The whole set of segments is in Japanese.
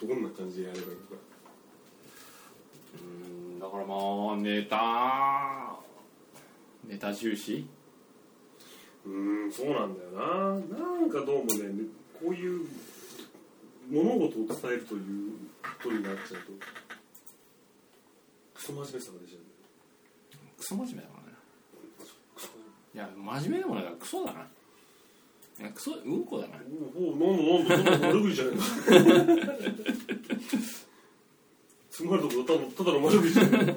どんな感じでやればいいのかうんだからまあネタネタ重視うーんそうなんだよななんかどうもねこういう物事を伝えるということになっちゃうとクソ真面目さが出ちゃうんだよクソ真面目だからねクソいや真面目でもないからクソだないやクソうんこだなおうおうなんだなんだなんだ悪口じゃないかつまるとこただただの悪口じゃないか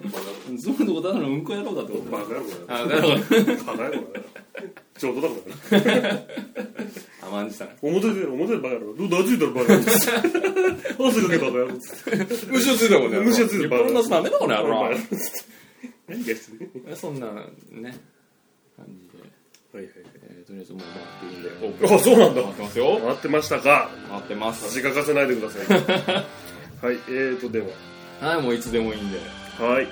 ゾウのことだのうんこ野郎だってことバカ野郎だよあなるほどバカ野郎だよ冗談だから甘んじたな表で表でバカ野郎どう懐いたらバカ野郎っつって汗かけバカ 野郎っつって虫をついたもんね虫をついて日るバカ本のダメだこの野郎何がしてねそんなね感じで、はいはいえーとりあえずもう回ってるんでオープンはいあそうなんだ回ってますよ回ってましたか回ってます恥かかせないでくだ さいはいえーとでははいもういつでもいいんではい、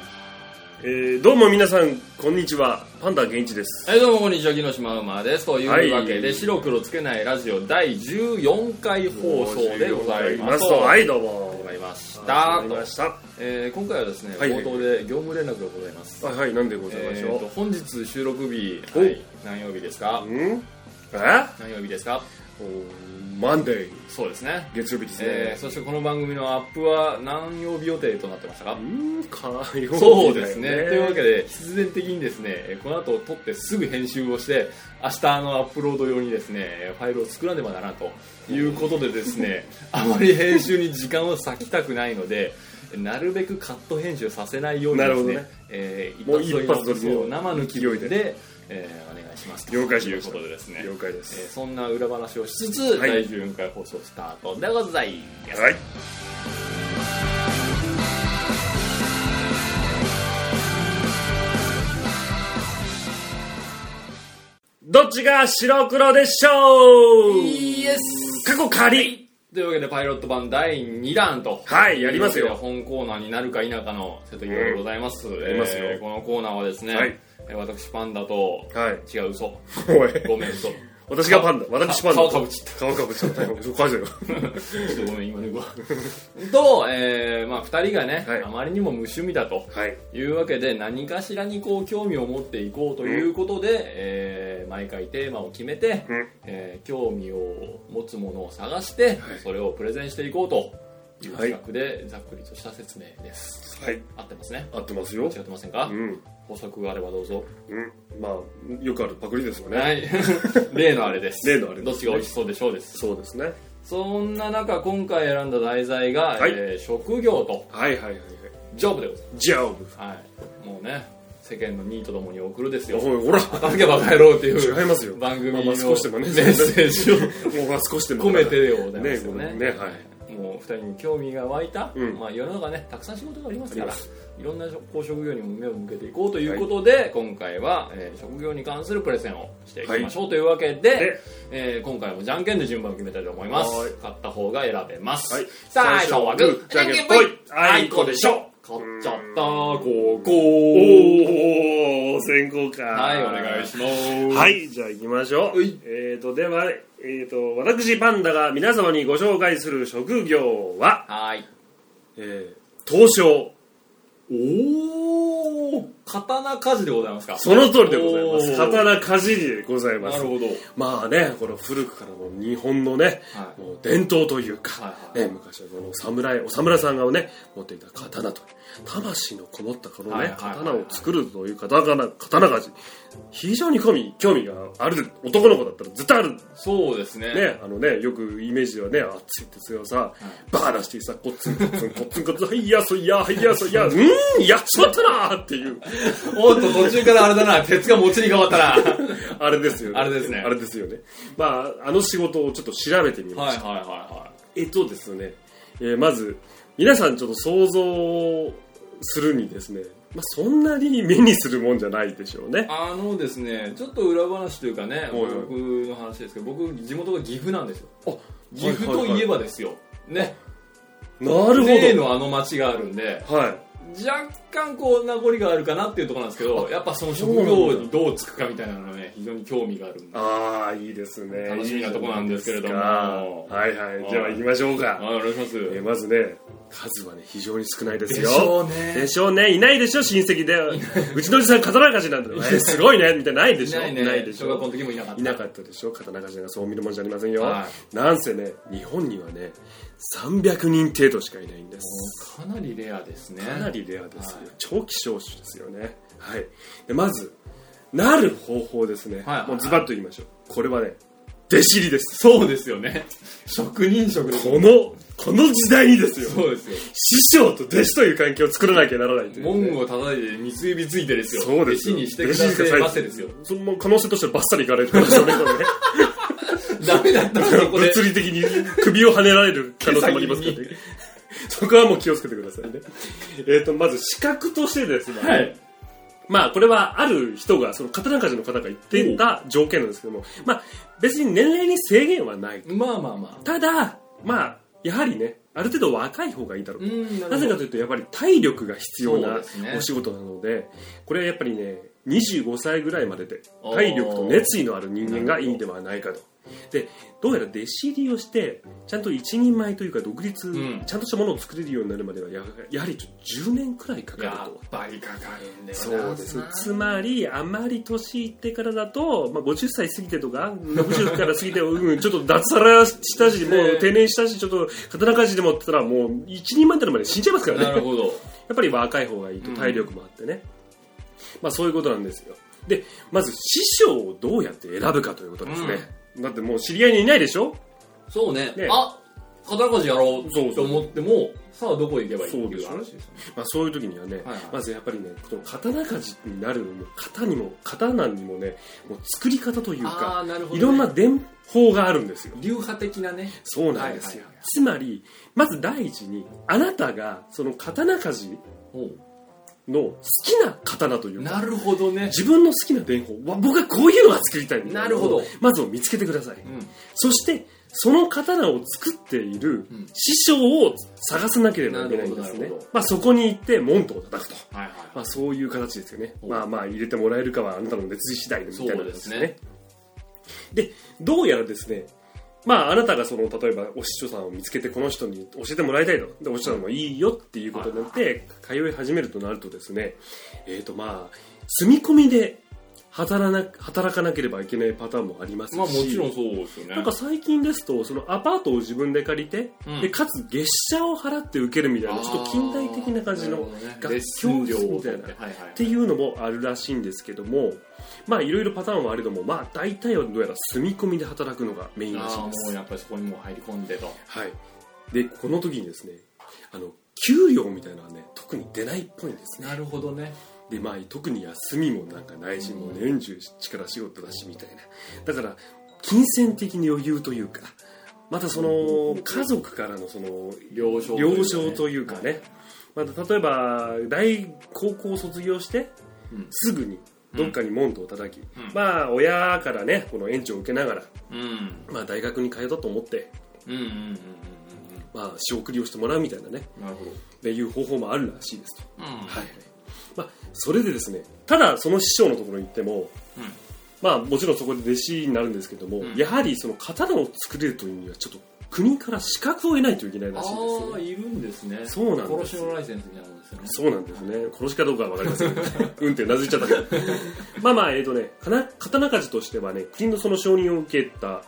えー、どうも皆さんこんにちはパンダ源一ですはいどうもこんにちは木下マウマですとはいいうわけで、白黒つけないラジオ第14回放送でございますとはいどうも始まりましあたりとましたはえー今回はですね、はいはい冒頭で業務連絡がございます、いはいなんでございましえょーうと、本日収録日、おはい、何曜日ですかうんえ何曜日ですかマンデーそうですね月曜日ですね、えーそしてこの番組のアップは何曜日予定となってましたかうーんかわいいそうですね。というわけでで、必然的にですね、えーこの後撮ってすぐ編集をして、明日のアップロード用にですね、えーファイルを作らねばならんということでで すね、あまり編集に時間を割きたくないので、なるべくカット編集させないようにですなね、るほどねえーもう一一発発撮撮りりのそう生抜勢きいでで、えーお願いしますと了解しいまうしたことでですね、了解でえーす、そんな裏話をしつつ、はい第14回放送スタートでございます。はいどっちが白黒でしょうイエス過去仮というわけでパイロット版第2弾とはいやりますよ本コーナーになるか否かの瀬戸際でございます、やりますよこのコーナーはですね、はいえー私パンダとはい違う嘘おいごめん嘘ち私がパンダ私パンダ顔顔かぶっちゃった顔かぶっちゃったよ返せよょっとごめん今 抜くわと、えーまあ、2人がね、はいあまりにも無趣味だとはいいうわけで何かしらにこう興味を持っていこうということで、えー毎回テーマを決めて、うんえー興味を持つものを探して、それをプレゼンしていこうという企画で、ざっくりとした説明ですはい合ってますね合ってますよ違ってませんか、うん補足があればどうぞうんまあよくあるパクリですよねはい 例のあれです例のあれですねどっちが美味しそうでしょうですそうですねそんな中今回選んだ題材が、はいえー職業とはいはいはいはいジョブでございジャブます、はい、もうね世間のニートどもに送るですよおいほら働けば帰ろうってい う違いますよ番組のメまあまあ少しでもねッセージをもうまあ少しでも込めてでございますよねねねはもう二人に興味が湧いた、うんまあ、世の中ねたくさん仕事がありますかありらまいろんなこう職業にも目を向けていこうということで、今回は、えー職業に関するプレゼンをしていきましょうというわけで、でえー今回もじゃんけんで順番を決めたいと思いますはーい勝った方が選べます、はいさあ最初はグーじゃんけんぽいああいいここででししょょ勝っちゃったこうおこお先行かうはいお願いしますはい、じゃあ行きましょう。はいえーと、では、えーと、私パンダが皆様にご紹介する職業は、はいえー、刀匠。おお刀鍛冶でございますかその通りでございます。おー刀鍛冶でございまなする。ほどまあね、この古くからの日本のね、はいもう伝統というか、はいはいね、昔はこの侍、お侍さんがね、持っていた刀という、魂のこもったこのね、はいはいはい刀を作るという刀が、刀鍛冶。非常に興味、興味がある男の子だったら絶対あるそうですねね、あのね、よくイメージではね、熱い鉄がさ、バー出してさ、こっつんこっつんこっつんこっつん、はい、いや、そいや、はい、いや、そ いや、うーん、やっちまったなーっていう、おっと途中からあれだな鉄が餅に変 わったなはあれですよね。あれですねあれですよね。まあ、あの仕事をちょっと調べてみいまはいしはいた。はえっとですね、えーまず、皆さんちょっと想像するにですね、まあ、そんなに目にするもんじゃないでしょうねい。あのですねちょっと裏話というかねおいおい僕の話ですけど僕地元が岐阜なんですよあ、岐阜といえばですよねなる例ほのあの町があるんでど。はい。若干こう名残があるかなっていうところなんですけどやっぱその職業にどうつくかみたいなのがね非常に興味があるんでああ、いいですね。楽しみなとこなんですけれどもいいじゃないですかはいはい。じゃあ行きましょうあか。お願いしますえーまずね、数はね、非常に少ないですよ。うねでしょうね。いないでしょ、親戚で。うちのおじさん、刀鍛冶なんだよ。えーすごいね。みたいな、ないでいしょ。ないねでし小学校ょ。の時もいなかったいなかったでしょ。刀鍛冶がそう見るもんじゃありませんよ。はなんせね、日本にはね、300人程度しかいないんです。かなりレアですねかなりレアですよはい。超希少種ですよね。はい。で、まず、なる方法ですねはいはいは。いもうズバッと言いましょう。これはね、弟子入りです。そうですよね職人職ですこの、この時代にですよ。そうですよ師匠と弟子という関係を作らなきゃならないという、門を叩いて三つ指ついてですよそうです弟よ子にしてくださいませですよその可能性としてはバッサリいかれるからですよね、これねダメだったら そこで物理的に首を跳ねられる可能性もありますからね 手。そこはもう気をつけてくださいね。 えっと、まず資格としてですね、はいまあ、これはある人が、その刀鍛冶の方が言っていた条件なんですけども、まあ、別に年齢に制限はない。まあまあまあただ、まあ、やはりね、ある程度若い方がいいだろうと。んなぜかというと、やっぱり体力が必要そうなですねお仕事なので、これはやっぱりね、25歳ぐらいまでであー、体力と熱意のある人間がいいんではないかと。で、どうやら弟子入りをして、ちゃんと一人前というか、独立、んちゃんとしたものを作れるようになるまではや、やはりちょっと10年くらいかかるやと。っぱりかかるんだよなそうですつまりあまり年いってからだと、まあ、50歳過ぎてとか60から過ぎて、うん、ちょっと脱サラしたしもう定年したしちょっと刀鍛冶でもって言ったらもう一人前になるまで死んじゃいますからねなるほどやっぱり若い方がいいと体力もあってね、まあそういうことなんですよでまず師匠をどうやって選ぶかということですね、だってもう知り合いにいないでしょそうねねあ刀鍛冶やろうそうそうと思ってもさあどこ行けばいいっていうそうで話しですよねまあ、そういう時にはね、はいはいまずやっぱりねこの刀鍛冶になる型にも刀にもねもう作り方というかあーなるほどねいろんな伝法があるんですよ流派的なねそうなんですよ、はいはいはいつまりまず第一にあなたがその刀鍛おう冶の好きな刀というかなるほどね自分の好きな伝法わ僕はこういうのが作りたいみたいなるほどまずを見つけてください、うんそしてその刀を作っているうん師匠を探さなければいけないんですなるほどなねるほど、まあ、そこに行って門徒を叩くとはいはいまあ、そういう形ですよねおまあまあ入れてもらえるかはあなたの別次第でみたいなそう形ですねでどうやらですねまあ、あなたがその例えばお師匠さんを見つけてこの人に教えてもらいたいとでお師匠さんもいいよっていうことになって通い始めるとなるとですねえーとまあ住み込みで働な働かなければいけないパターンもありますし、まあもちろんそうですよねなんか最近ですとそのアパートを自分で借りて、うんでかつ月謝を払って受けるみたいなちょっと近代的な感じの楽楽教教室室みみたたいいななはいはいっていうのもあるらしいんですけどもまあいろいろパターンはあれどもまあ大体はどうやら住み込みで働くのがメインらしいんでああもうすやっぱりそこにもう入り込んでとはいでこの時にですねあの給料みたいなのはね特に出ないっぽいんですねなるほどねでまあ特に休みもなんかないしもう年中力仕事だしみたいなだから金銭的に余裕というかまたその家族からのその了承というかね了承というかね、また例えば大高校を卒業して、うんすぐにどっかに門戸を叩き、んまあ親からねこの援助を受けながら、うんまあ、大学に通ったと思って、うんうんうんうんまあ、仕送りをしてもらうみたいなねうんなるほどっていう方法もあるらしいですと、うんはいまあ、それでですねただその師匠のところに行っても、うんまあ、もちろんそこで弟子になるんですけども、うんやはりその刀を作れるというにはちょっと国から資格を得ないといけないらしいんですよああいるんですねそうなんで殺すしのライセンスみたいなもんですよねそうなんですね殺しかどうかは分かりませんけど うんってうなずいちゃったけど まあまあえっ、とねかな刀鍛冶としてはね国のその承認を受けた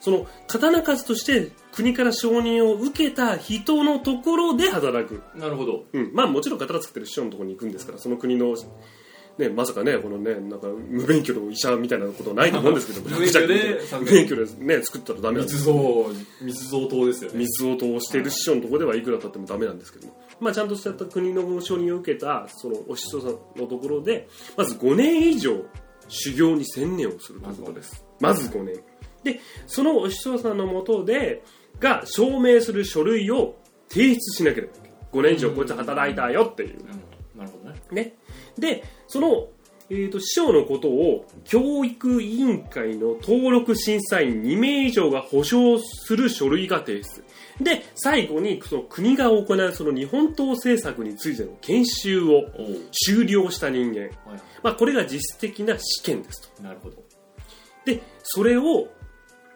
その刀鍛冶として国から承認を受けた人のところで働く、なるほどうん、まあもちろん刀作ってる師匠のところに行くんですからその国のね、まさかね、このね、なんか、無免許の医者みたいなことはないと思うんですけど、 無免許で無免許でね、作ったらダメなんです密造密造党ですよね水を通している師匠のところではいくら経ってもダメなんですけども、まあ、ちゃんとした国の承認を受けたそのお師匠さんのところでまず5年以上修行に専念をするということですまず5年でそのお師匠さんのもとでが証明する書類を提出しなければいけない5年以上こいつ働いたよっていううんなるほどねねでそのえー、と師匠のことを教育委員会の登録審査員2名以上が保証する書類が提出で最後にその国が行うその日本刀政策についての研修をおう終了した人間、はいはまあ、これが実質的な試験ですといなるほどでそれを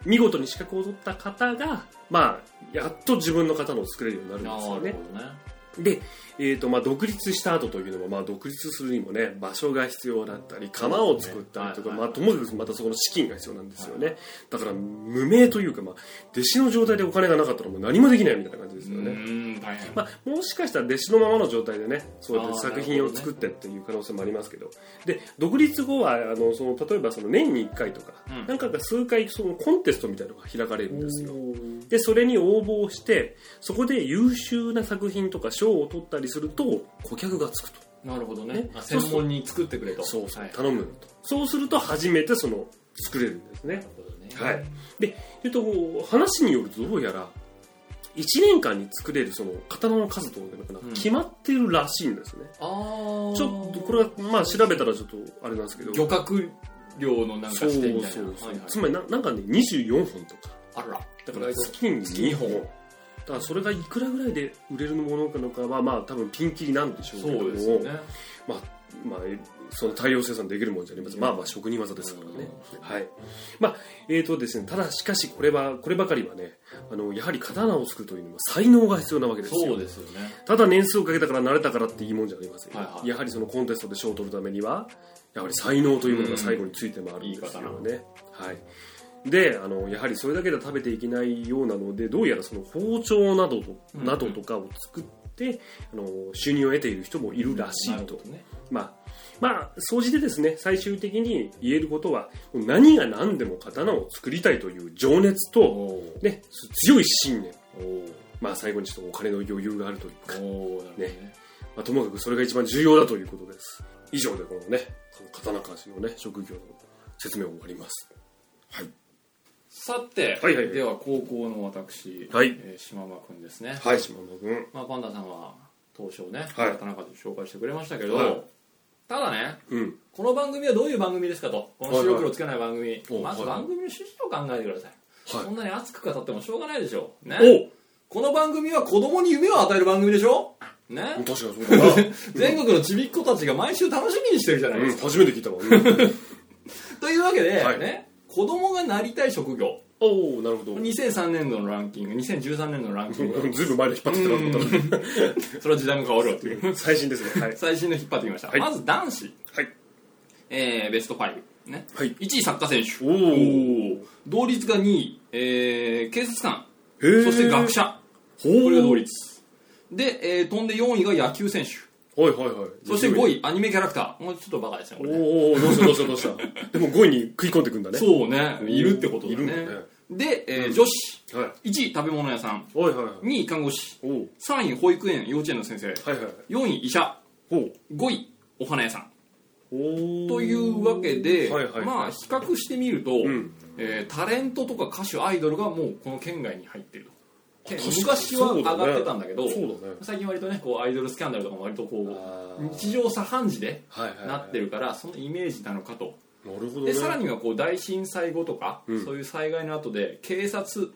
見事に資格を取った方が、まあ、やっと自分の刀を作れるようになるんなでるすよほどねねで、えーとまあ、独立した後というのは、まあ、独立するにもね場所が必要だったり釜を作ったりとか、はいまあ、ともかくまたそこの資金が必要なんですよね、だから無名というか、まあ、弟子の状態でお金がなかったらもう何もできないみたいな感じでうすよね、ーん大変まあ、もしかしたら弟子のままの状態でねそうやっあてー作品を作ってっていう可能性もありますけどで独立後はあのその例えばその年に1回とか、うんなんかが数回そのコンテストみたいなのが開かれるんですよおでそれに応募をしてそこで優秀な作品とか賞を取ったりすると顧客がつくとなるほどねねあ専門に作ってくれとそうそうはい頼むとそうすると初めてその作れるんですねなるほどねはいで、えっと、話によるとどうやら1年間に作れるその刀の数とかがなんか決まってるらしいんですね、あーちょっとこれはまあ調べたらちょっとあれなんですけど漁獲量のなんかそうしてみたいなそうそう、はいはいつまりななんかね24本とかあらだだかからら月に月に2二本本だからそれがいくらぐらいで売れるものなのかはまあ多分ピンキリなんでしょうけどそうですよねまあ、えその大量生産できるものじゃありませんまあまあ職人技ですからね、はいまあえーとですね、ただしかしこれはこればかりはねあのやはり刀を作るというのは才能が必要なわけですよそうですよねただ年数をかけたから慣れたからっていいもんじゃありませんよ、はいはいやはりそのコンテストで賞を取るためにはやはり才能というものが最後について回るんですようんね、はいであのやはりそれだけでは食べていけないようなのでどうやらその包丁などと,、うんなどとかを作ってあの収入を得ている人もいるらしないるとほ、どねまあまあ総じてですね最終的に言えることは何が何でも刀を作りたいという情熱おと、おね、強い信念、おまあ、最後にちょっとお金の余裕があるというかーおーなるほどねまあ、ともかくそれが一番重要だということです。以上でこのね、この刀鍛冶のね、職業の説明を終わります。さて、はいはいはいでは高校の私、はいえー島間君ですね、はい、島野君。まあ、パンダさんは当初ね、はい田中で紹介してくれましたけど、はいただねうん。この番組はどういう番組ですかとこの白黒つけない番組、おまずはいはい番組の趣旨を考えてください、はいそんなに熱く語ってもしょうがないでしょうねおこの番組は子供に夢を与える番組でしょね確かにそうだな。全国のちびっ子たちが毎週楽しみにしてるじゃないでうん、すか、初めて聞いたわ。うん、というわけで、はいね子供がなりたい職業 おおなるほど。 2003年度のランキング2013年度のランキングずいぶん前で引っ張ってきたなと思ったそれは時代も変わるわっていうら最新ですね。はい。最新の引っ張ってきました、はいまず男子、はいえーベスト5、ねはい。 1位サッカー選手おーおー同率が2位、えー警察官へーそして学。者ほうこれが同率で、えー飛んで4位が野球選手はいはいはい。そして位。 5位アニメキャラクターもうちょっとバカですねこおれねーおーどうしたどうしたどうした。 でも5位に食い込んでくんだね。そうねいるってことだいるんだねねで、えー女子はい。 1位食べ物屋さんはいはいはい。 2位看護師おお3位保育園幼稚園の先生はいはい。 4位医者ほう。 5位お花屋さんおおというわけで、はいはいはいまあ比較してみると、んえータレントとか歌手アイドルがもうこの県外に入ってるとけ確かに昔は上がってたんだけどそうだね。最近割とねこうアイドルスキャンダルとかも割とこあう日常茶飯事であ。はいはいはい。なってるからそのイメージなのかとなるほどね。でさらにはこう大震災後とか、うんそういう災害の後で警察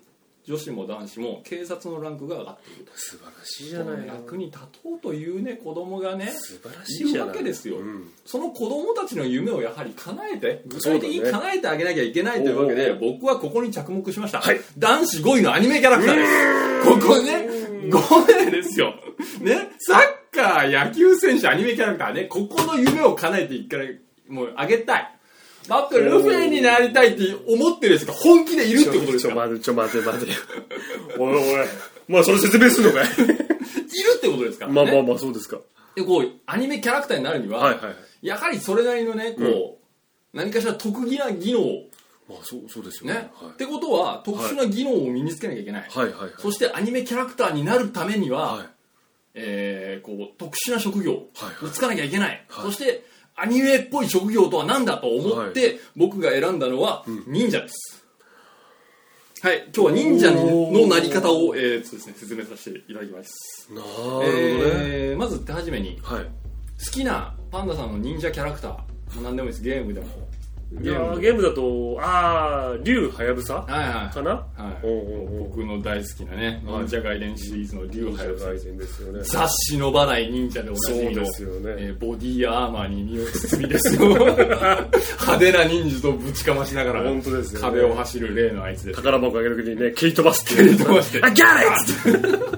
女子も男子も警察のランクが上がっている素晴らしいじゃないと役に立とうというね子供がね素晴らしいじゃないいるわけですようんその子供たちの夢をやはり叶えて具そうだね体的に叶えてあげなきゃいけないというわけで、僕はここに着目しました、はい男子5位のアニメキャラクターですここね5名ですよ、ね、サッカー野球選手アニメキャラクターねここの夢を叶えていからもうあげたいバットルフェンになりたいって思ってる人が本気でいるってことでちすょから待てちょ待て待ておいおいまあそれ説明するのかいいるってことですから、ねまあまあまあそうですかでこうアニメキャラクターになるには、はいはいはいやはりそれなりのねこう、何かしら特技な技能をまあそうそうですよねね、はってことは特殊な技能を身につけなきゃいけない、い、はいはいはいそしてアニメキャラクターになるためには、はいえーこう特殊な職業はいにつかなきゃいけない、はいそしてアニメっぽい職業とは何だと思って、僕が選んだのは忍者です、はい今日は忍者おにーのなり方を、えーそうですね、説明させていただきますなるほどね、えーまず手始めにはい好きなパンダさんの忍者キャラクターもう何でもいいですゲームでもいやーゲームだとああ竜はやぶさはいはかな、い、はい、おうおうおう僕の大好きなね忍者外伝シリーズの竜ははやぶさ大変ですよね雑誌のばない忍者でおなじみの、そうですよねえーボディーアーマーに身を包みです よ派手な忍術をぶちかましながら本当ですよね壁を走る例のあいつです宝箱あげる時にね蹴り飛ばすって蹴り飛ばしてあギャレッツ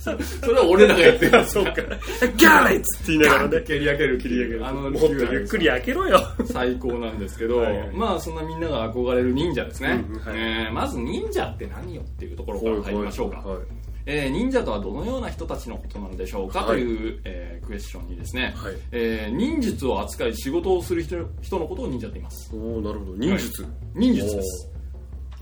それは俺らがやっ てるやつそうかギャレッツって言いながらね蹴り上げる蹴り上げるあものっとゆっくり開けろよ最高なんですけど、はいはいまあそんなみんなが憧れる忍者ですね、うんうんはいえーまず忍者って何よっていうところから入りましょうか、はいはいえー忍者とはどのような人たちのことなのでしょうか、はいという、えークエスチョンにですね、はいえー忍術を扱い仕事をする人人のことを忍者と言いますおおなるほど忍術、忍術です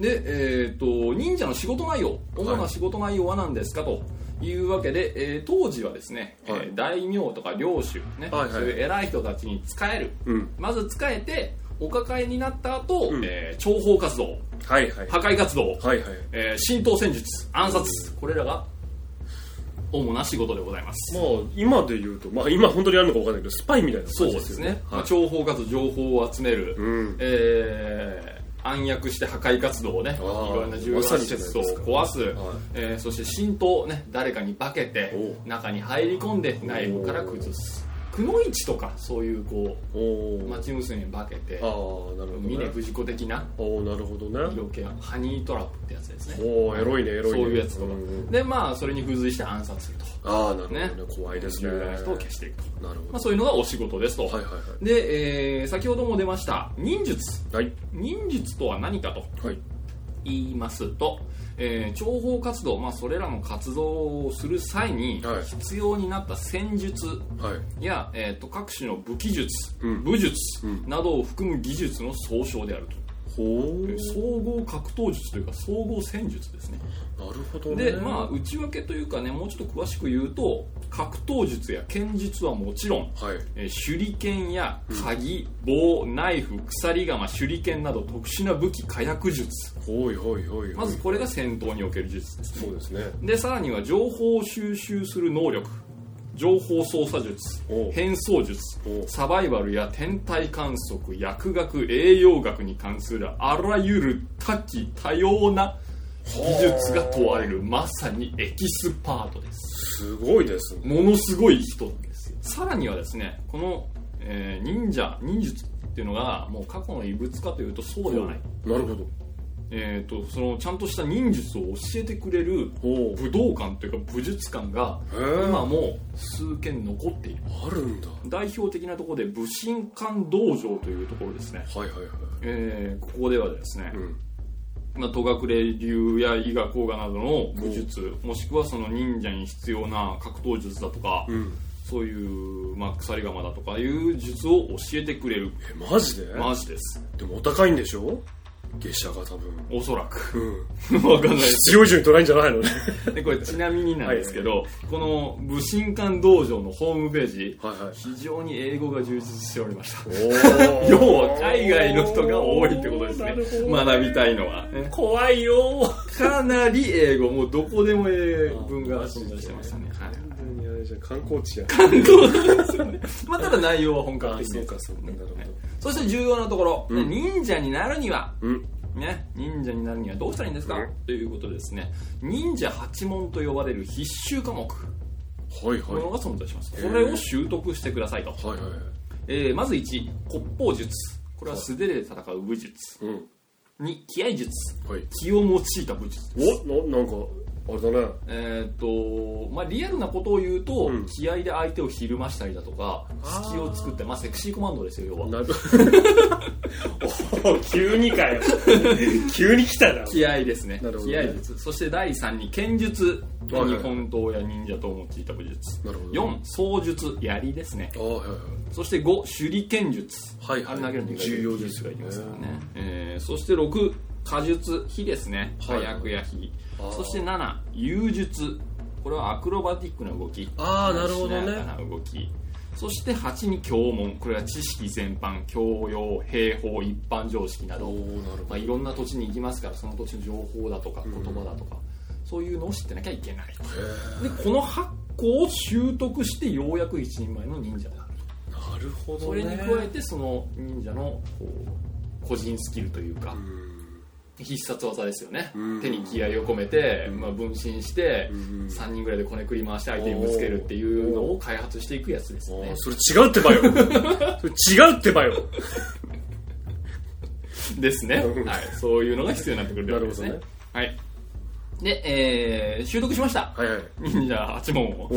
で、えー、と忍者の仕事内容主な仕事内容は何ですかというわけで、えー当時はですね、はいえー大名とか領主、ねはいはいそういう偉い人たちに仕えるうんまず仕えてお抱えになった後、うんえー諜報活動はいはい破壊活動、はいはいえー浸透戦術暗殺これらが主な仕事でございますまあ今で言うとまあ今本当にあるのかわかんないけどスパイみたいなそ感うじですよね、まはあい諜報活動情報を集める、うんえー暗躍して破壊活動をねいあーろんな重要な施設を壊す、えーそして浸透をね誰かに化けてお中に入り込んで内部から崩すくのいちとかそういうこおうお、町娘に化けてああなるほど峰ね不二子的なおおなるほどね色気はハニートラップってやつですねおおエロいねエロいねそういうやつとかんうんでまあそれに付随して暗殺するとああなるほどねね怖いですね重大な人を消ししていくと、なるほど、まあ、そういうのがお仕事ですと、はいはいで、えー先ほども出ました忍術はいはい忍術とは何かとはい言いますと、えー諜報活動、まあ、それらの活動をする際にはい必要になった戦術はいや、えーと各種の武器術、うん武術うんなどを含む技術の総称であると、ほう総合格闘術というか総合戦術ですねなるほどねでまあ内訳というかねもうちょっと詳しく言うと格闘術や剣術はもちろんあはいえー手裏剣や鍵、棒ナイフ鎖鎌手裏剣など特殊な武器火薬術ほいほいほいほいまずこれが戦闘における術ですそうですねでさらには情報を収集する能力情報操作術おう変装術おうサバイバルや天体観測薬学栄養学に関するあらゆる多岐多様な技術が問われるまさにエキスパートですすごいですねものすごい人なんですよさらにはですねこの、えー忍者忍術っていうのがもう過去の異物かというとそうではない、なるほどえー、とそのちゃんとした忍術を教えてくれるおう武道館というか武術館がへ今えも数件残っているあるんだ代表的なところで武神館道場というところですね、はいはいはえーここではですねい、うんまあ、戸隠流や伊賀甲賀などの武術もしくはその忍者に必要な格闘術だとか、うんそういう、まあ、鎖鎌だとかいう術を教えてくれるえマジでマジですでもお高いんでしょ月謝が多分おそらく うんわかんないです必要以上に取られんじゃないのねでこれちなみになんですけど、この武神館道場のホームページはいはい非常に英語が充実しておりましたお 要は海外の人が多いってことですねなるほど学びたいのはね怖いよかなり英語もうどこでも英文が存在してましたね、はい、観光地やまあただ内容は本格的そでうすかそうかなるほどそして重要なところ、うん忍者になるにはうんね、忍者になるにはどうしたらいいんですか、うんということでですね忍者八問と呼ばれる必修科目はいもはいのが存在します、へこーれを習得してくださいと、はいはいえーまず1骨砲術これは素手で戦う武術うん2気合術はい気を用いた武術おななんかあれだねえーっとまあ、リアルなことを言うと、うん気合で相手をひるましたりだとかあー隙を作って、まあ、セクシーコマンドですよ要はなお急にか よ急に来たな気合ですねなるほど気ね合術そして第3に剣術はいはい日本刀や忍者刀を用いた武術なるほど4槍術槍ですねあはいはいそして5手裏剣術はいあはいれ投げるの重要です術がよいりねますからね、えーそして6火術火ですね火はい薬や火、あーそして7遊術これはアクロバティックな動きあーなるほどねしなやかな動きそして8に教問これは知識全般教養兵法一般常識なおどおなるまあ、いろんな土地に行きますからその土地の情報だとか言葉だとか、そういうのを知ってなきゃいけないでこの8個を習得してようやく一人前の忍者であるほどなるほそれに加えてその忍者のこう個人スキルというか必殺技ですよねうん手に気合を込めて、まあ、分身してうん3人ぐらいでこねくり回して相手にぶつけるっていうのを開発していくやつですねそれ違うって ばよそれ違うってばよですね、うんはい、そういうのが必要になってくるってことですねなるはいで、えー、習得し ましたはいはい忍者8問を おうこ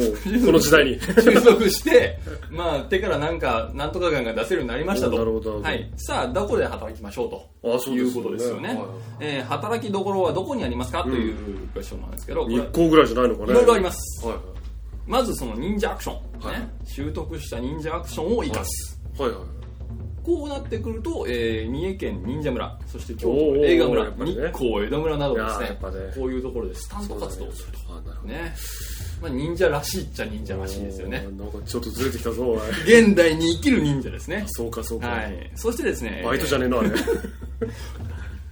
の時代 に収束して、まあ、手からなんか、なんとか感が出せるようになりましたと。おなるほどなはるほい。さあ、どこで働きましょうと。どあそういですうことですよね、はいえー働きどころはどこにありますかというクエスチョンなんですけど、これ日光ぐらいじゃないのかねいろいろありますはいまずその忍者アクション、はいね、習得した忍者アクションを生かす、はいはいはいこうなってくると、えー三重県忍者村そして京都おー映画や村、っぱり日ね光江戸村などですいやーやねっぱねこういうところでスタント活動をするあなるほどとねまあ、忍者らしいっちゃ忍者らしいですよねおーなんかちょっとずれてきたぞおい現代に生きる忍者ですねそうかそうか、はい、そしてですね、バイトじゃねえなあれスえ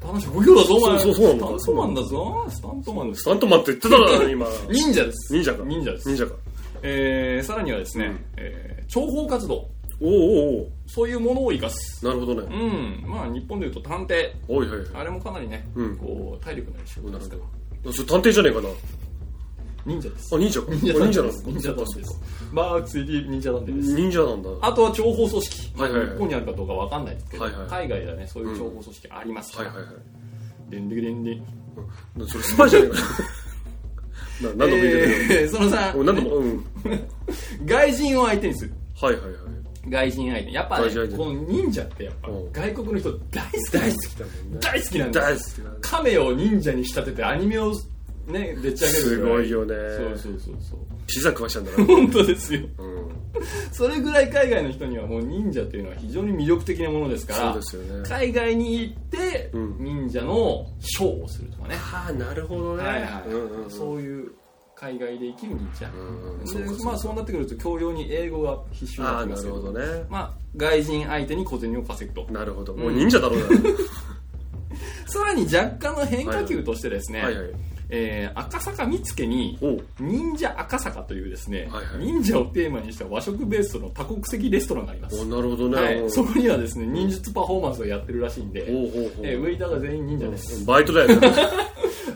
ーあの職業だぞ、お前。そうそうそうなんだスタントマンだぞ、スタントマンです。タントマンって言ってただ ろ今忍者です。忍者か忍者です。忍者かえーさらにはですね、えー諜報活動、おうおうおうそういうものを生かす。なるほどうねん、まあ日本でいうと探偵、おいはいはいあれもかなりね、うんこう体力のある仕事ですから、それ探偵じゃねえかなあ忍者です。忍者かあなん忍者なでのす。忍者なんです。バークスイティ忍者なんです。忍者なんだあとは諜報組織、はいはいはい日本にあるかどうかわかんないですけど、はいはい海外ではね、そういう諜報組織ありますかはいら、はいはいでんでんでんでんなそれスパイじゃねえかな な何度も言ってるえーそのけさど、おい何度もうん外人を相手にする。はいはいはい外人相手。やっぱ外ね、人相手この忍者ってやっぱうん外国の人大好き大好きだもんね大好きなんです大よ好きだね亀を忍者に仕立ててアニメをね、でっち上げるすぐらごいよねそうそうそうそう。ピザ食わしたんだな本当ですよ。うんそれぐらい海外の人にはもう忍者というのは非常に魅力的なものですかそうらで、すよね海外に行ってうん忍者のショーをするとかね。ああなるほどねはいはいうんうんうんそういう海外で生きる忍者。うんうんそうかでそうまかあそうなってくると教養に英語が必須にあなあってきまなするけほどねまあ、外人相手に小銭を稼ぐと。なるほどもう忍者だろうなさらに若干の変化球としてですね、はいはいえー赤坂見附に、おう忍者赤坂というですね、はいはい忍者をテーマにした和食ベースの多国籍レストランがありまおす。なるほどねはい、うんそこにはですね、忍術パフォーマンスをやってるらしいんで、おうおうおうえーウェイターが全員忍者です。バイトだよね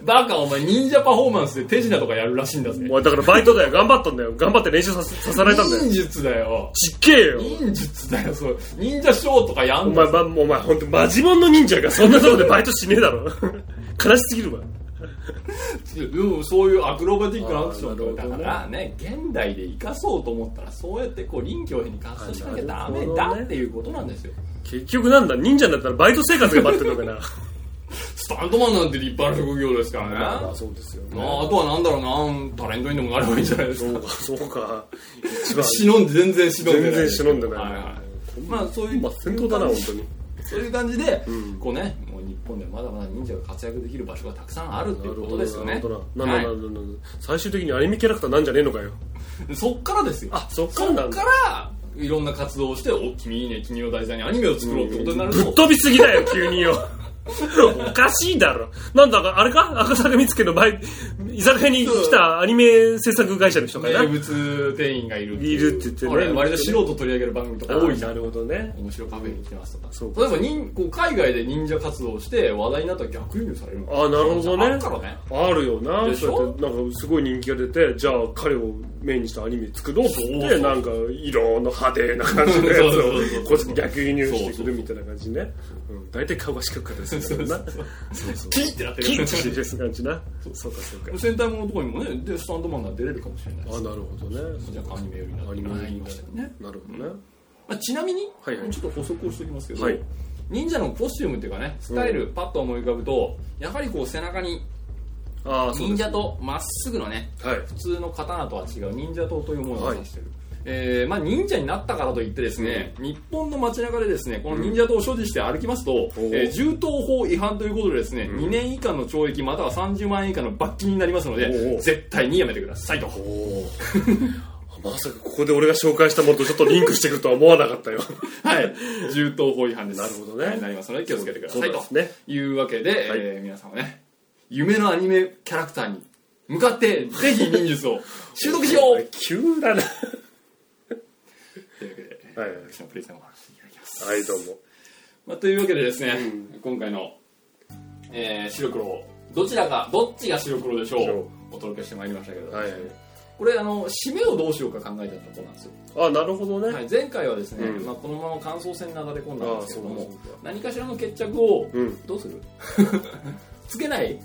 バカお前忍者パフォーマンスで手品とかやるらしいんだぜ。おいだからバイトだよ頑張ったんだよ頑張って練習させさせられたんだよ忍術だよ。ちっけえよ忍術だよ、そう。忍者ショーとかやおんの前、ま、お前、ほんと、マジモンの忍者がそんなとこでバイトしねえだろ。 悲しすぎるわ。うん、そういうアクロバティックなアクションあだーなるほどかねらね現代で生かそうと思ったらそうやってこう臨機応変に活動しなきゃダメあなるほどだねっていうことなんですよ、結局なんだ、忍者になったらバイト生活が待ってるのかな。スタントマンなんて立派な職業ですからね、まあ、あそうですよ、とはなんだろうなタレントにでもなればいいんじゃないですそかうか、そうか。一番、忍んで全然忍んでな全い然忍んでない。はいはいまあそういう、まあ、戦闘だ な、本当に。そういう感じで、こうねもう日本ではまだまだ忍者が活躍できる場所がたくさんあるっていうことですよなるねほどな。なんだはなんだなんだなんだ。最終的にアニメキャラクターなんじゃねえのかよ。いそっからですよあ、そっかそらっなんかだ。らいろんな活動をして「お君いいね君を題材にアニメを作ろう」ってことになるぶっと飛びすぎだよ、急によ。おかしいだろ。なんだか、あれか赤坂見附の前、居酒屋に来たアニメ制作会社の人かな。名物店員がいるいるって言ってねこれ割と素人取り上げる番組とか多いじゃんなるほどね面白カフェに来てますとかそうか例えば忍こう海外で忍者活動をして話題になったら逆輸入されるのあなるほどねあるからねあるよなでしょそうやってなんかすごい人気が出てじゃあ彼をメインにしたアニメ作ろうとそう思っそうてなんか色の派手な感じのやそうそうそうそつうをこっちに逆輸入してくるみたいな感じねうん大体顔が四角かったりするからなそうそうキーってなってキッるチしてる感じなそうかそうか戦隊ものとかにもねでスタンドマンが出れるかもしれないあなるほどねじゃあアニメよりなアニメなりましたよね、なるほどねまあ、ちなみに、はいはいちょっと補足をしておきますけど、はい忍者のコスチュームっていうかねスタイルパッと思い浮かぶと、やはりこう背中にああそう忍です者刀まっすぐのねはい普通の刀とは違う忍者刀というものを指してる、えーまあ、忍者になったからといってですね、日本の街中でですねこの忍者刀を所持して歩きますと、おうえー銃刀法違反ということでですね、うん2年以下の懲役または30万円以下の罰金になりますのでおうおう絶対にやめてくださいとおお まさかここで俺が紹介したものとちょっとリンクしてくるとは思わなかったよ はい銃刀法違反ですなるほどねはいなりますので気をつけてくださいとそうですねいうわけで、はいえー皆さんはね夢のアニメキャラクターに向かって ぜひ忍術を習得しよう急だなというわけで、はいはい私のプレゼンをお話しいただきます。はいどうもまあ、というわけでですね、今回の、えー白黒、どちらか、どっちが白黒でしょそうう、お届けしてまいりましたけど、はいはいこれあの、締めをどうしようか考えたところなんですよ。あなるほどね、はい、前回はですね、うんまあ、このまま感想戦に流れ込んだんあですけそうれどかそうも、か何かしらの決着を、うんどうする つけない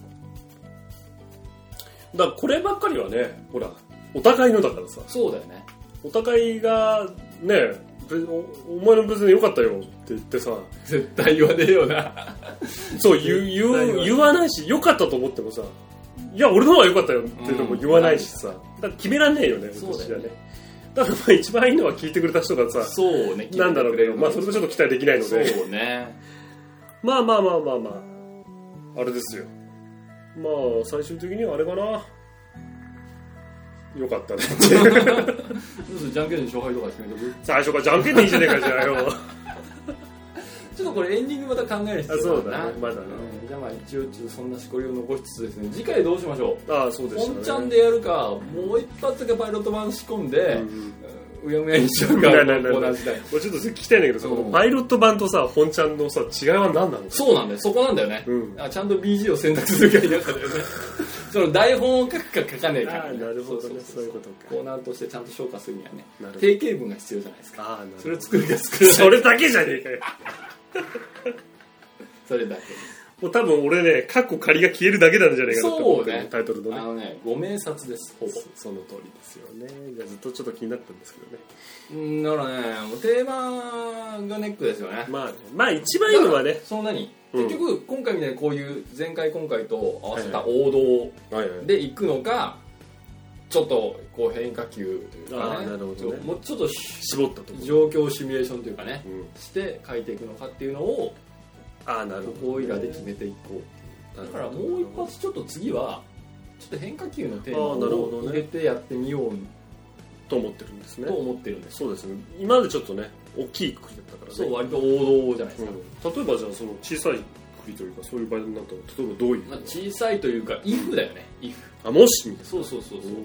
だからこればっかりはねほらお互いのだからさそうだよね。お互いがねぶおお前の別に良かったよって言ってさ絶対言わねえよな。そう言う言絶対言わなうい言わないし良かったと思ってもさいや俺の方が良かったよってのも言わないしさ、だから決めらんねえよねそうだ私よはねねだからまあ一番いいのは聞いてくれた人がさそうね、なんだろうけど、まあ、そそれもちょっと期待できないのでそうね。まあまあまあまあまああれですよまあ最終的にはあれかなよかったねって いうどうするじゃんけんで勝敗とか決めとく最初からじゃんけんでいいじゃねえかじゃあよちょっとこれエンディングまた考える必あ要そうがあだるねな。まだねうんじゃあまあ一応一応そんなしこりを残しつつですね次回どうしましょああそううでしたね本ちゃんでやるかもう一発だけパイロット版仕込んで、うやむやにしちゃうなかいないないコーナー自 体俺ちょっと聞きたいんだけどさ、うんこのパイロット版とさ本ちゃんのさ違いは何なのそうなんだよそこなんだよね、うんあちゃんと BG を選択するか否かだよねその台本を書くか書かねえか、ああなるほどねそそうういそううそこうとかコーナーとしてちゃんと消化するにはねなるほど定型文が必要じゃないですかああなるほそどれを作るか作らないそれだけじゃねえかよそれだけもう多分俺ねカッコ仮が消えるだけなんじゃないかなと思ってそうるねタイトルのあねのねご明察ですほぼその通りですよねいやずっとちょっと気になったんですけどねうんだからねもうテーマがネックですよねまあねまあ一番いいのはねその何うん結局今回みたいにこういう前回今回と合わせたは王道はいはいで行くのかちょっとこう変化球というかあねーなるほどねもうちょっとし絞ったと思う、状況シミュレーションというかねうん、して書いていくのかっていうのをああなるほど合意がで決めていこうなだるほどからもう一発ちょっと次はちょっと変化球のテーマあーなるほどをね入れてやってみようと思ってるんですねと思ってるんですそうですね今までちょっとね大きいくくりだったからねそう割と王道じゃないですか、うん、例えばじゃあその小さいくりというかそういう場合になったら例えばどういう、まあ、小さいというか「イフだよね「イフあもしみたいそうそうそうなそそう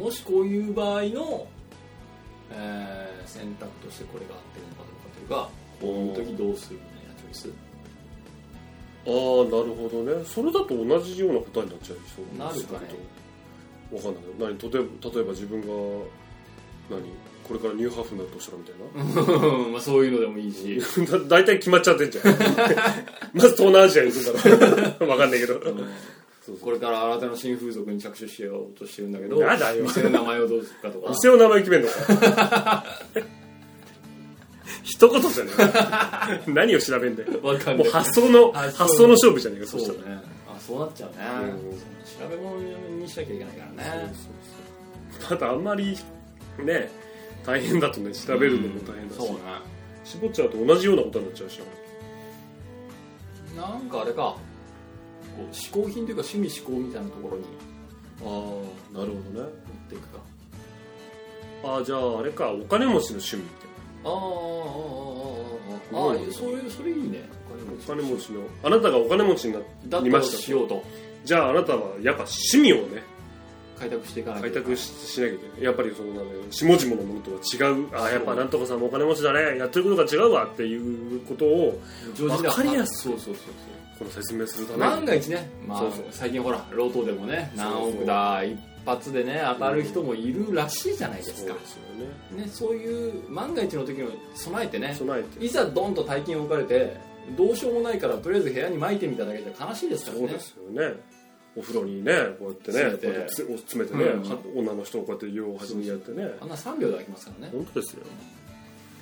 うもしこういう場合の、えー選択としてこれが合ってるのかどうかというかこういう時どうするみたいなチョイスああなるほどねそれだと同じような答えになっちゃいそうなるかねわかんない何例えば例えば自分が何これからニューハーフになるとしたらみたいな まあそういうのでもいいし だ大体決まっちゃってんじゃん まず東南アジアに行くんだろう わかんないけどそうこれから新たな新風俗に着手しようとしてるんだけどやだよ店の名前をどうするかとか店の名前決めんのか 一言じゃねえ 何を調べんだよわかんもうない発想の 発発想想の勝負じゃねえかそそしたうらだねあそうなっちゃうねうん調べ物にしなきゃいけないからねただあんまりね大変だとね調べるのも大変だし、そうね絞っちゃうと同じようなことになっちゃうしなんかあれかこう嗜好品というか趣味嗜好みたいなところにああなるほどね持っていくかああじゃああれかお金持ちの趣味みああああああああああそういうそれいいねたいなお金持ちのあなたがお金持ちになだりまとしたとしようとじゃああなたはやっぱ趣味をね開拓していかないと開拓ししなきゃいけないやっぱりそのなんだよ下々のものとは違うああやっぱなんとかさんもお金持ちだねやってることが違うわっていうことを常人ではわかりやすそうそうそうそこの説明するたうめ万にが一ね、まあ、そうそう最近ほらロトでもねそうそう何億だ一発でね当たる人もいるらしいじゃないでそうですすよかねね、そういう万が一の時の備えてね備えていざドンと大金を置かれてどうしようもないからとりあえず部屋に巻いてみただけじゃ悲しいですからそうねですよねお風呂にねこうやってねこう詰めてやってつお詰めてね、うんは女の人をこうやって用を端にやってねあんな3秒で開きますからね本当ですよ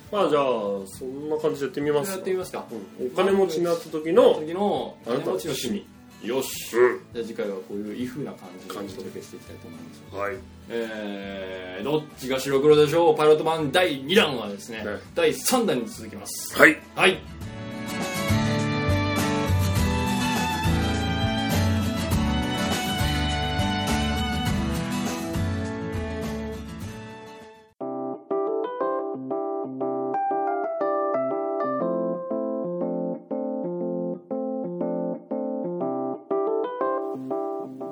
まあじゃあそんな感じでやってみますやってみますかうんお金持ちになった時の時のあな金持たちのの趣趣味味よしうじゃあ次回はこういう威風な感じで感おじで届けしていきたいと思いますんはいえー、どっちが白黒でしょうパイロット版第2弾はですねね第3弾に続きますはいはい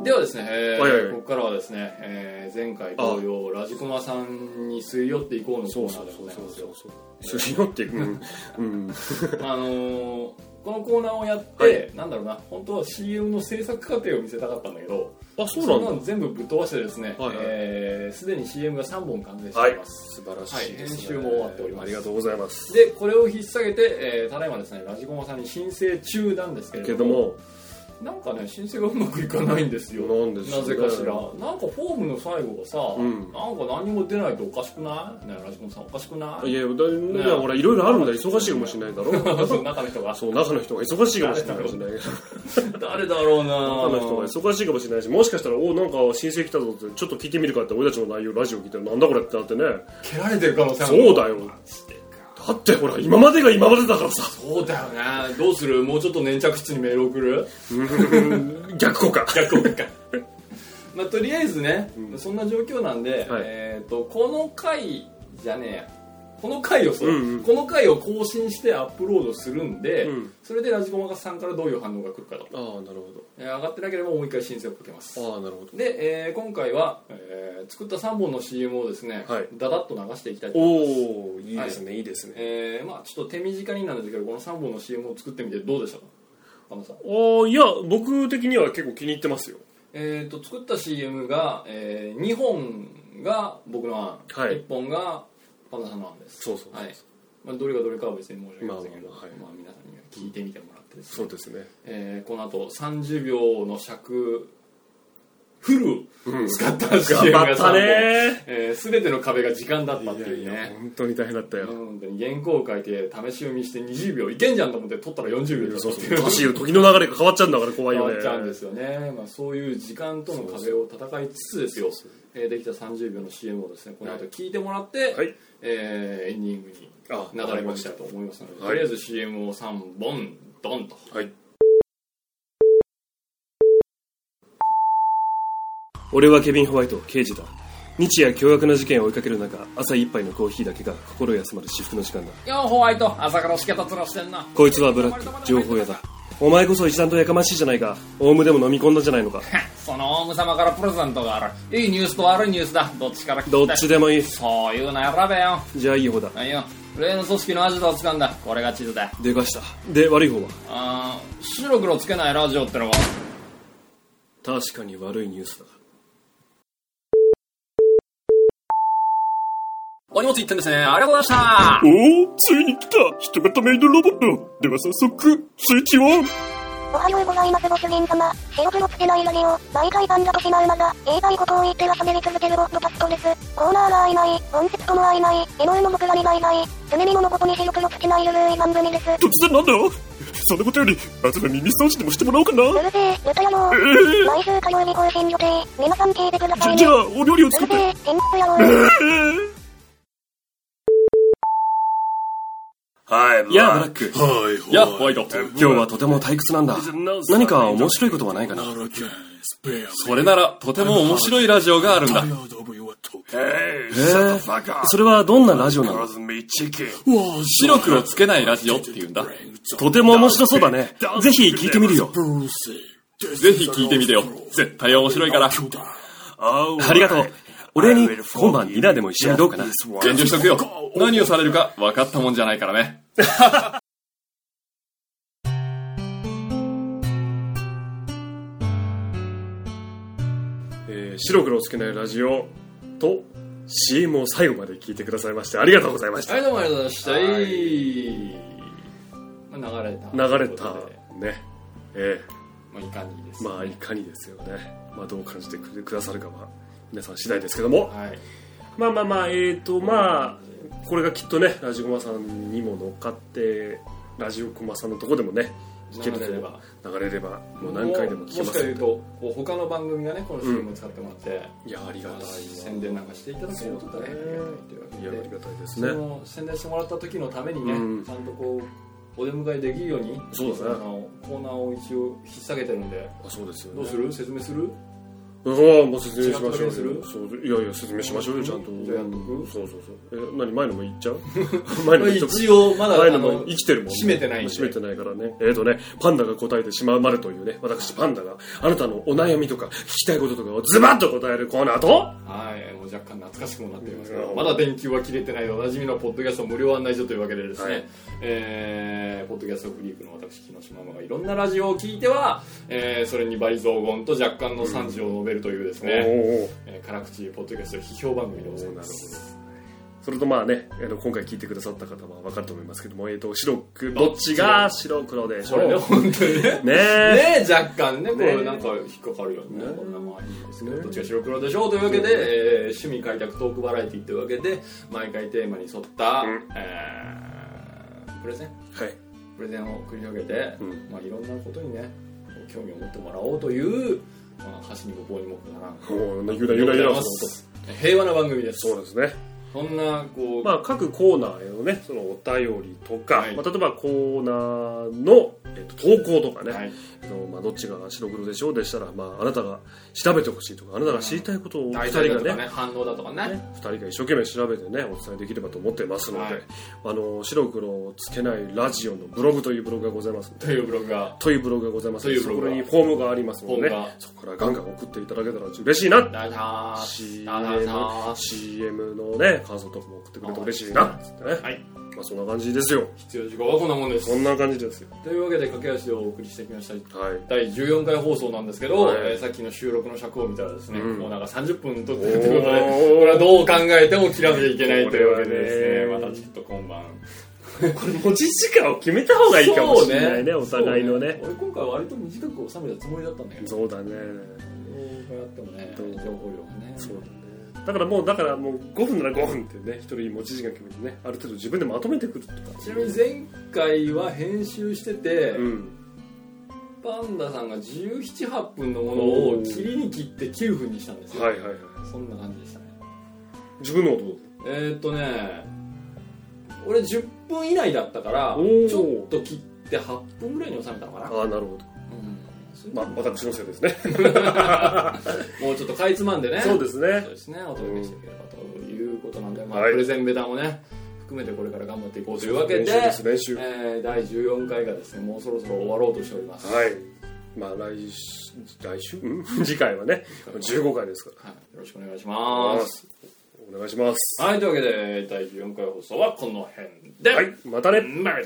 ではですね、えーはいはいはいここからはですね、え前回同様ラジコマさんにすり寄っていこうのコそーうナそうーでそごうざいそうますそうよそうすり寄っていくうん、うん、 あのーこのコーナーをやって、はいなんだろうな本当は CM の制作過程を見せたかったんだけどあそうそなんの全部ぶっ飛ばしてですねすで、はいはいえー既に CM が3本完成してだいます、素晴らはい編集も終わっておりますありがとうございますでこれを引っ提げて、えーただいまですねラジコマさんに申請中なんですけれけどどももなんかね申請がうまくいかないんですよなんでしょうぜねかしらなんかフォームの最後がさ、うんなんか何も出ないとおかしくないねえラジコンさんおかしくないいやいやだねいやほらいろいろあるんだ忙しいかもしれないだろ その中の人がそう中の人が忙しいかもしれないしね誰だろうな中の人が忙しいかもしれないしもしかしたらおなんか申請来たぞってちょっと聞いてみるかって俺たちの内容ラジオ聞いたらなんだこれってなってね蹴られてる可能性あるそうだよだってほら今までが今までだから さそうだよねどうするもうちょっと粘着質にメール送る逆効果逆効果かまあとりあえずね、そんな状況なんで、はいえっ、とこの回じゃねえやこの回をそう、うんうんこの回を更新してアップロードするんで、うんそれでラジコマさんからどういう反応が来るかとああなるほえー上がってなければもう一回申請をかけますどああなるほどで、えー今回は、えー作った3本の CM をですね、はいダダッと流していきたいと思いますおおいいですね、い、いですねえーまあちょっと手短になんですけどこの3本の CM を作ってみてどうでしたかあのさんああいや僕的には結構気に入ってますよえー、と作った CM が、え2本が僕の案、はい1本がパンダさんの案ですそうそうそうはいまあ、どれがどれかは別に申し訳ませんけど、ままああまあまあはい皆さんには聞いてみてもらってですね、そうですねえーこの後30秒の尺フルを使った CM 頑が張ったねえー、全ての壁が時間だったっていういやいやね本当に大変だったよ、うんで原稿を書いて試し読みして20秒いけんじゃんと思って撮ったら40秒だったそうってそ いう年う時の流れが変わっちゃうんだから怖い変よわねっちゃうんですよね、まあ、そういう時間との壁を戦いつつですよえーできた30秒の CM をですねこの後聞いてもらって、はいえーエンディングにあ流れましたいと思いますので、はいとりあえず CM を3本ドンと俺はケビン・ホワイト刑事だ日夜凶悪な事件を追いかける中朝一杯のコーヒーだけが心休まる至福の時間だよホワイト朝からしけたつらしてんなこいつはブラック情報屋だお前こそ一段とやかましいじゃないかオウムでも飲み込んだじゃないのか そのオウム様からプレゼントがあるいいニュースと悪いニュースだどっちから聞きたどいっちでもいいそういうの選べよじゃあいい方だ何よ例の組織のアジトを掴んだこれが地図だでかしたで悪い方はあー白黒つけないラジオってのは確かに悪いニュースだお荷物一点ですねありがとうございましおおついに来た人型メイドロボットでは早速スイッチオンおはようございますご主人様。白黒つけないラジオ、毎回パンダとシマウマが、ええばいことを言っては喋り続けるロットパットです。コーナーが曖昧、コンセプトも曖昧、エノーの僕が見がいない、常に物事に白黒つけないゆるい番組です。う突然なんだそんなことより、まずは耳掃除でもしてもらおうかな。るせえ、豚野郎。え毎週火曜日更新予定、皆さん聞いてくださいー、ね。じゃあ、お料理をう作るって。せえ、天狗野郎。はい、やあブラックはい、はい。たやホワイト今日はとても退屈なんだ何か面白いことはないかなそれならとても面白いラジオがあるんだええーそれはどんなラジオなの白黒つけないラジオっていうんだとても面白そうだねぜひ聞いてみるよぜひ聞いてみてよ絶対面白いからありがとう俺に今晩ディナーでも一緒にどうかな遠慮しとくよ何をされるか分かったもんじゃないからねえー白黒つけないラジオと CM を最後まで聞いてくださいましてありがとうございましたはいどうもありがとうございましたはいまあ流れ流たれたまねえあいかにでえすまあいかにですよねまあどう感じてくくださるかは皆さん次第ですけどもはいまあまあまあえーとまあこれがきっとねラジコマさんにも乗っかってラジオコマさんのとこでもね聞けると流れれば流れればもう何回でも聞けもしまかす言うとこう他の番組がねこの CM を使ってもらっていやありがたいわ宣伝なんかしていただけると大変ありがたいというわけいやあでりがたいですそねの宣伝してもらった時のためにね、うんちゃんとこうお出迎えできるようにそうですねあのコーナーを一応引っ提げてるんであそうですよどうねする説明するああ、もう説明しましょう違った説明するよ。そういやいや、説明しましょうよ、ちゃんと。じゃあやっとくそうそうそう。え、何、前のも言っちゃ う前のも言っとく一応まだ前あのもの生きてるもん、ね。閉めてないんで閉めてないからね。えっ、とね、パンダが答えてしまうまるというね、私パンダが、あなたのお悩みとか、聞きたいこととかをズバッと答えるコーナーと、はい、もう若干懐かしくもなっていますけうど、んまだ電球は切れてないでおなじみのポッドキャスト無料案内所というわけでですね、はいえーポッドキャストフリークの私、木下ママがいろんなラジオを聞いては、えーそれに倍増言と若干の賛辞を述べるというですね、おおえー辛口ポッドキャスト批評番組でございます。それとまあね、あの今回聞いてくださった方は分かると思いますけども、えー、と白くどっちが白黒でしこょうれね、本当にね。ねえねえ、若干ね、こねれえなんか引っかかるよね。ねこんなもんはいいんですけど、ねどっちが白黒でしょうというわけで、えー趣味開拓トークバラエティというわけで、毎回テーマに沿った、うんえープレゼンはいプレゼンを繰り広げて、うんまあ、いろんなことにね興味を持ってもらおうという、まあ、箸にも棒にもかならんおおゆらゆらゆら平和な番組ですそうですね、そんなこう、まあ、各コーナーへのねそのお便りとか、はいまあ、例えばコーナーの、えー、と投稿とかね、はいえーとまあ、どっちが白黒でしょうでしたら、まあ、あなたが調べてほしいとかあなたが知りたいことをお二大人体だがとかねね反応だとかね2人が一生懸命調べてねお伝えできればと思ってますので、はいあの白黒をつけないラジオのブログというブログがございますのでというブログがというブログがございますのでとそいうブこログにがフォームがありますのでフォームねがそこからガンガン送っていただけたら嬉しいなだいたー CM, だいたー CM のね感想とかも送ってくれると嬉しいなっつってね、はいまあ、そんな感じですよ必要事項はこんなもんですそんな感じですよというわけで駆け足でお送りしてきましたはい第14回放送なんですけど、はいえーさっきの収録の尺を見たらですね、うんもうなんか30分撮ってるということでおーこれはどう考えても切らなきゃいけないというわけでですこねれはねまたちょっと今晩 これ持ち時間を決めた方がいいかもしれないねお互いのねそう俺今回割と短く収めたつもりだったんだけどそうだねそうやってもねどう情報量がねそうだねだからもうだからもう5分なら5分ってね一人持ち時間決めてねある程度自分でまとめてくるとかちなみに前回は編集してて、うんパンダさんが178分のものを切りに切って9分にしたんですよ、はいはいはいそんな感じでしたね自分のはどうえーっとね俺10分以内だったからおーちょっと切って8分ぐらいに収めたのかな、ああなるほどうんまあ私のせいですねもうちょっとかいつまんでね そうですねそうですねお届けしていければということなんで、まあはいプレゼンベタもね含めてこれから頑張っていこうというわけで練習です練習えー第14回がですねもうそろそろ終わろうとしております、はいまあ来週来週うん 次回はね15回ですかはいよろしくお願いしらまおす願いしますはいというわけで第14回放送はこの辺で、はいまたねまあ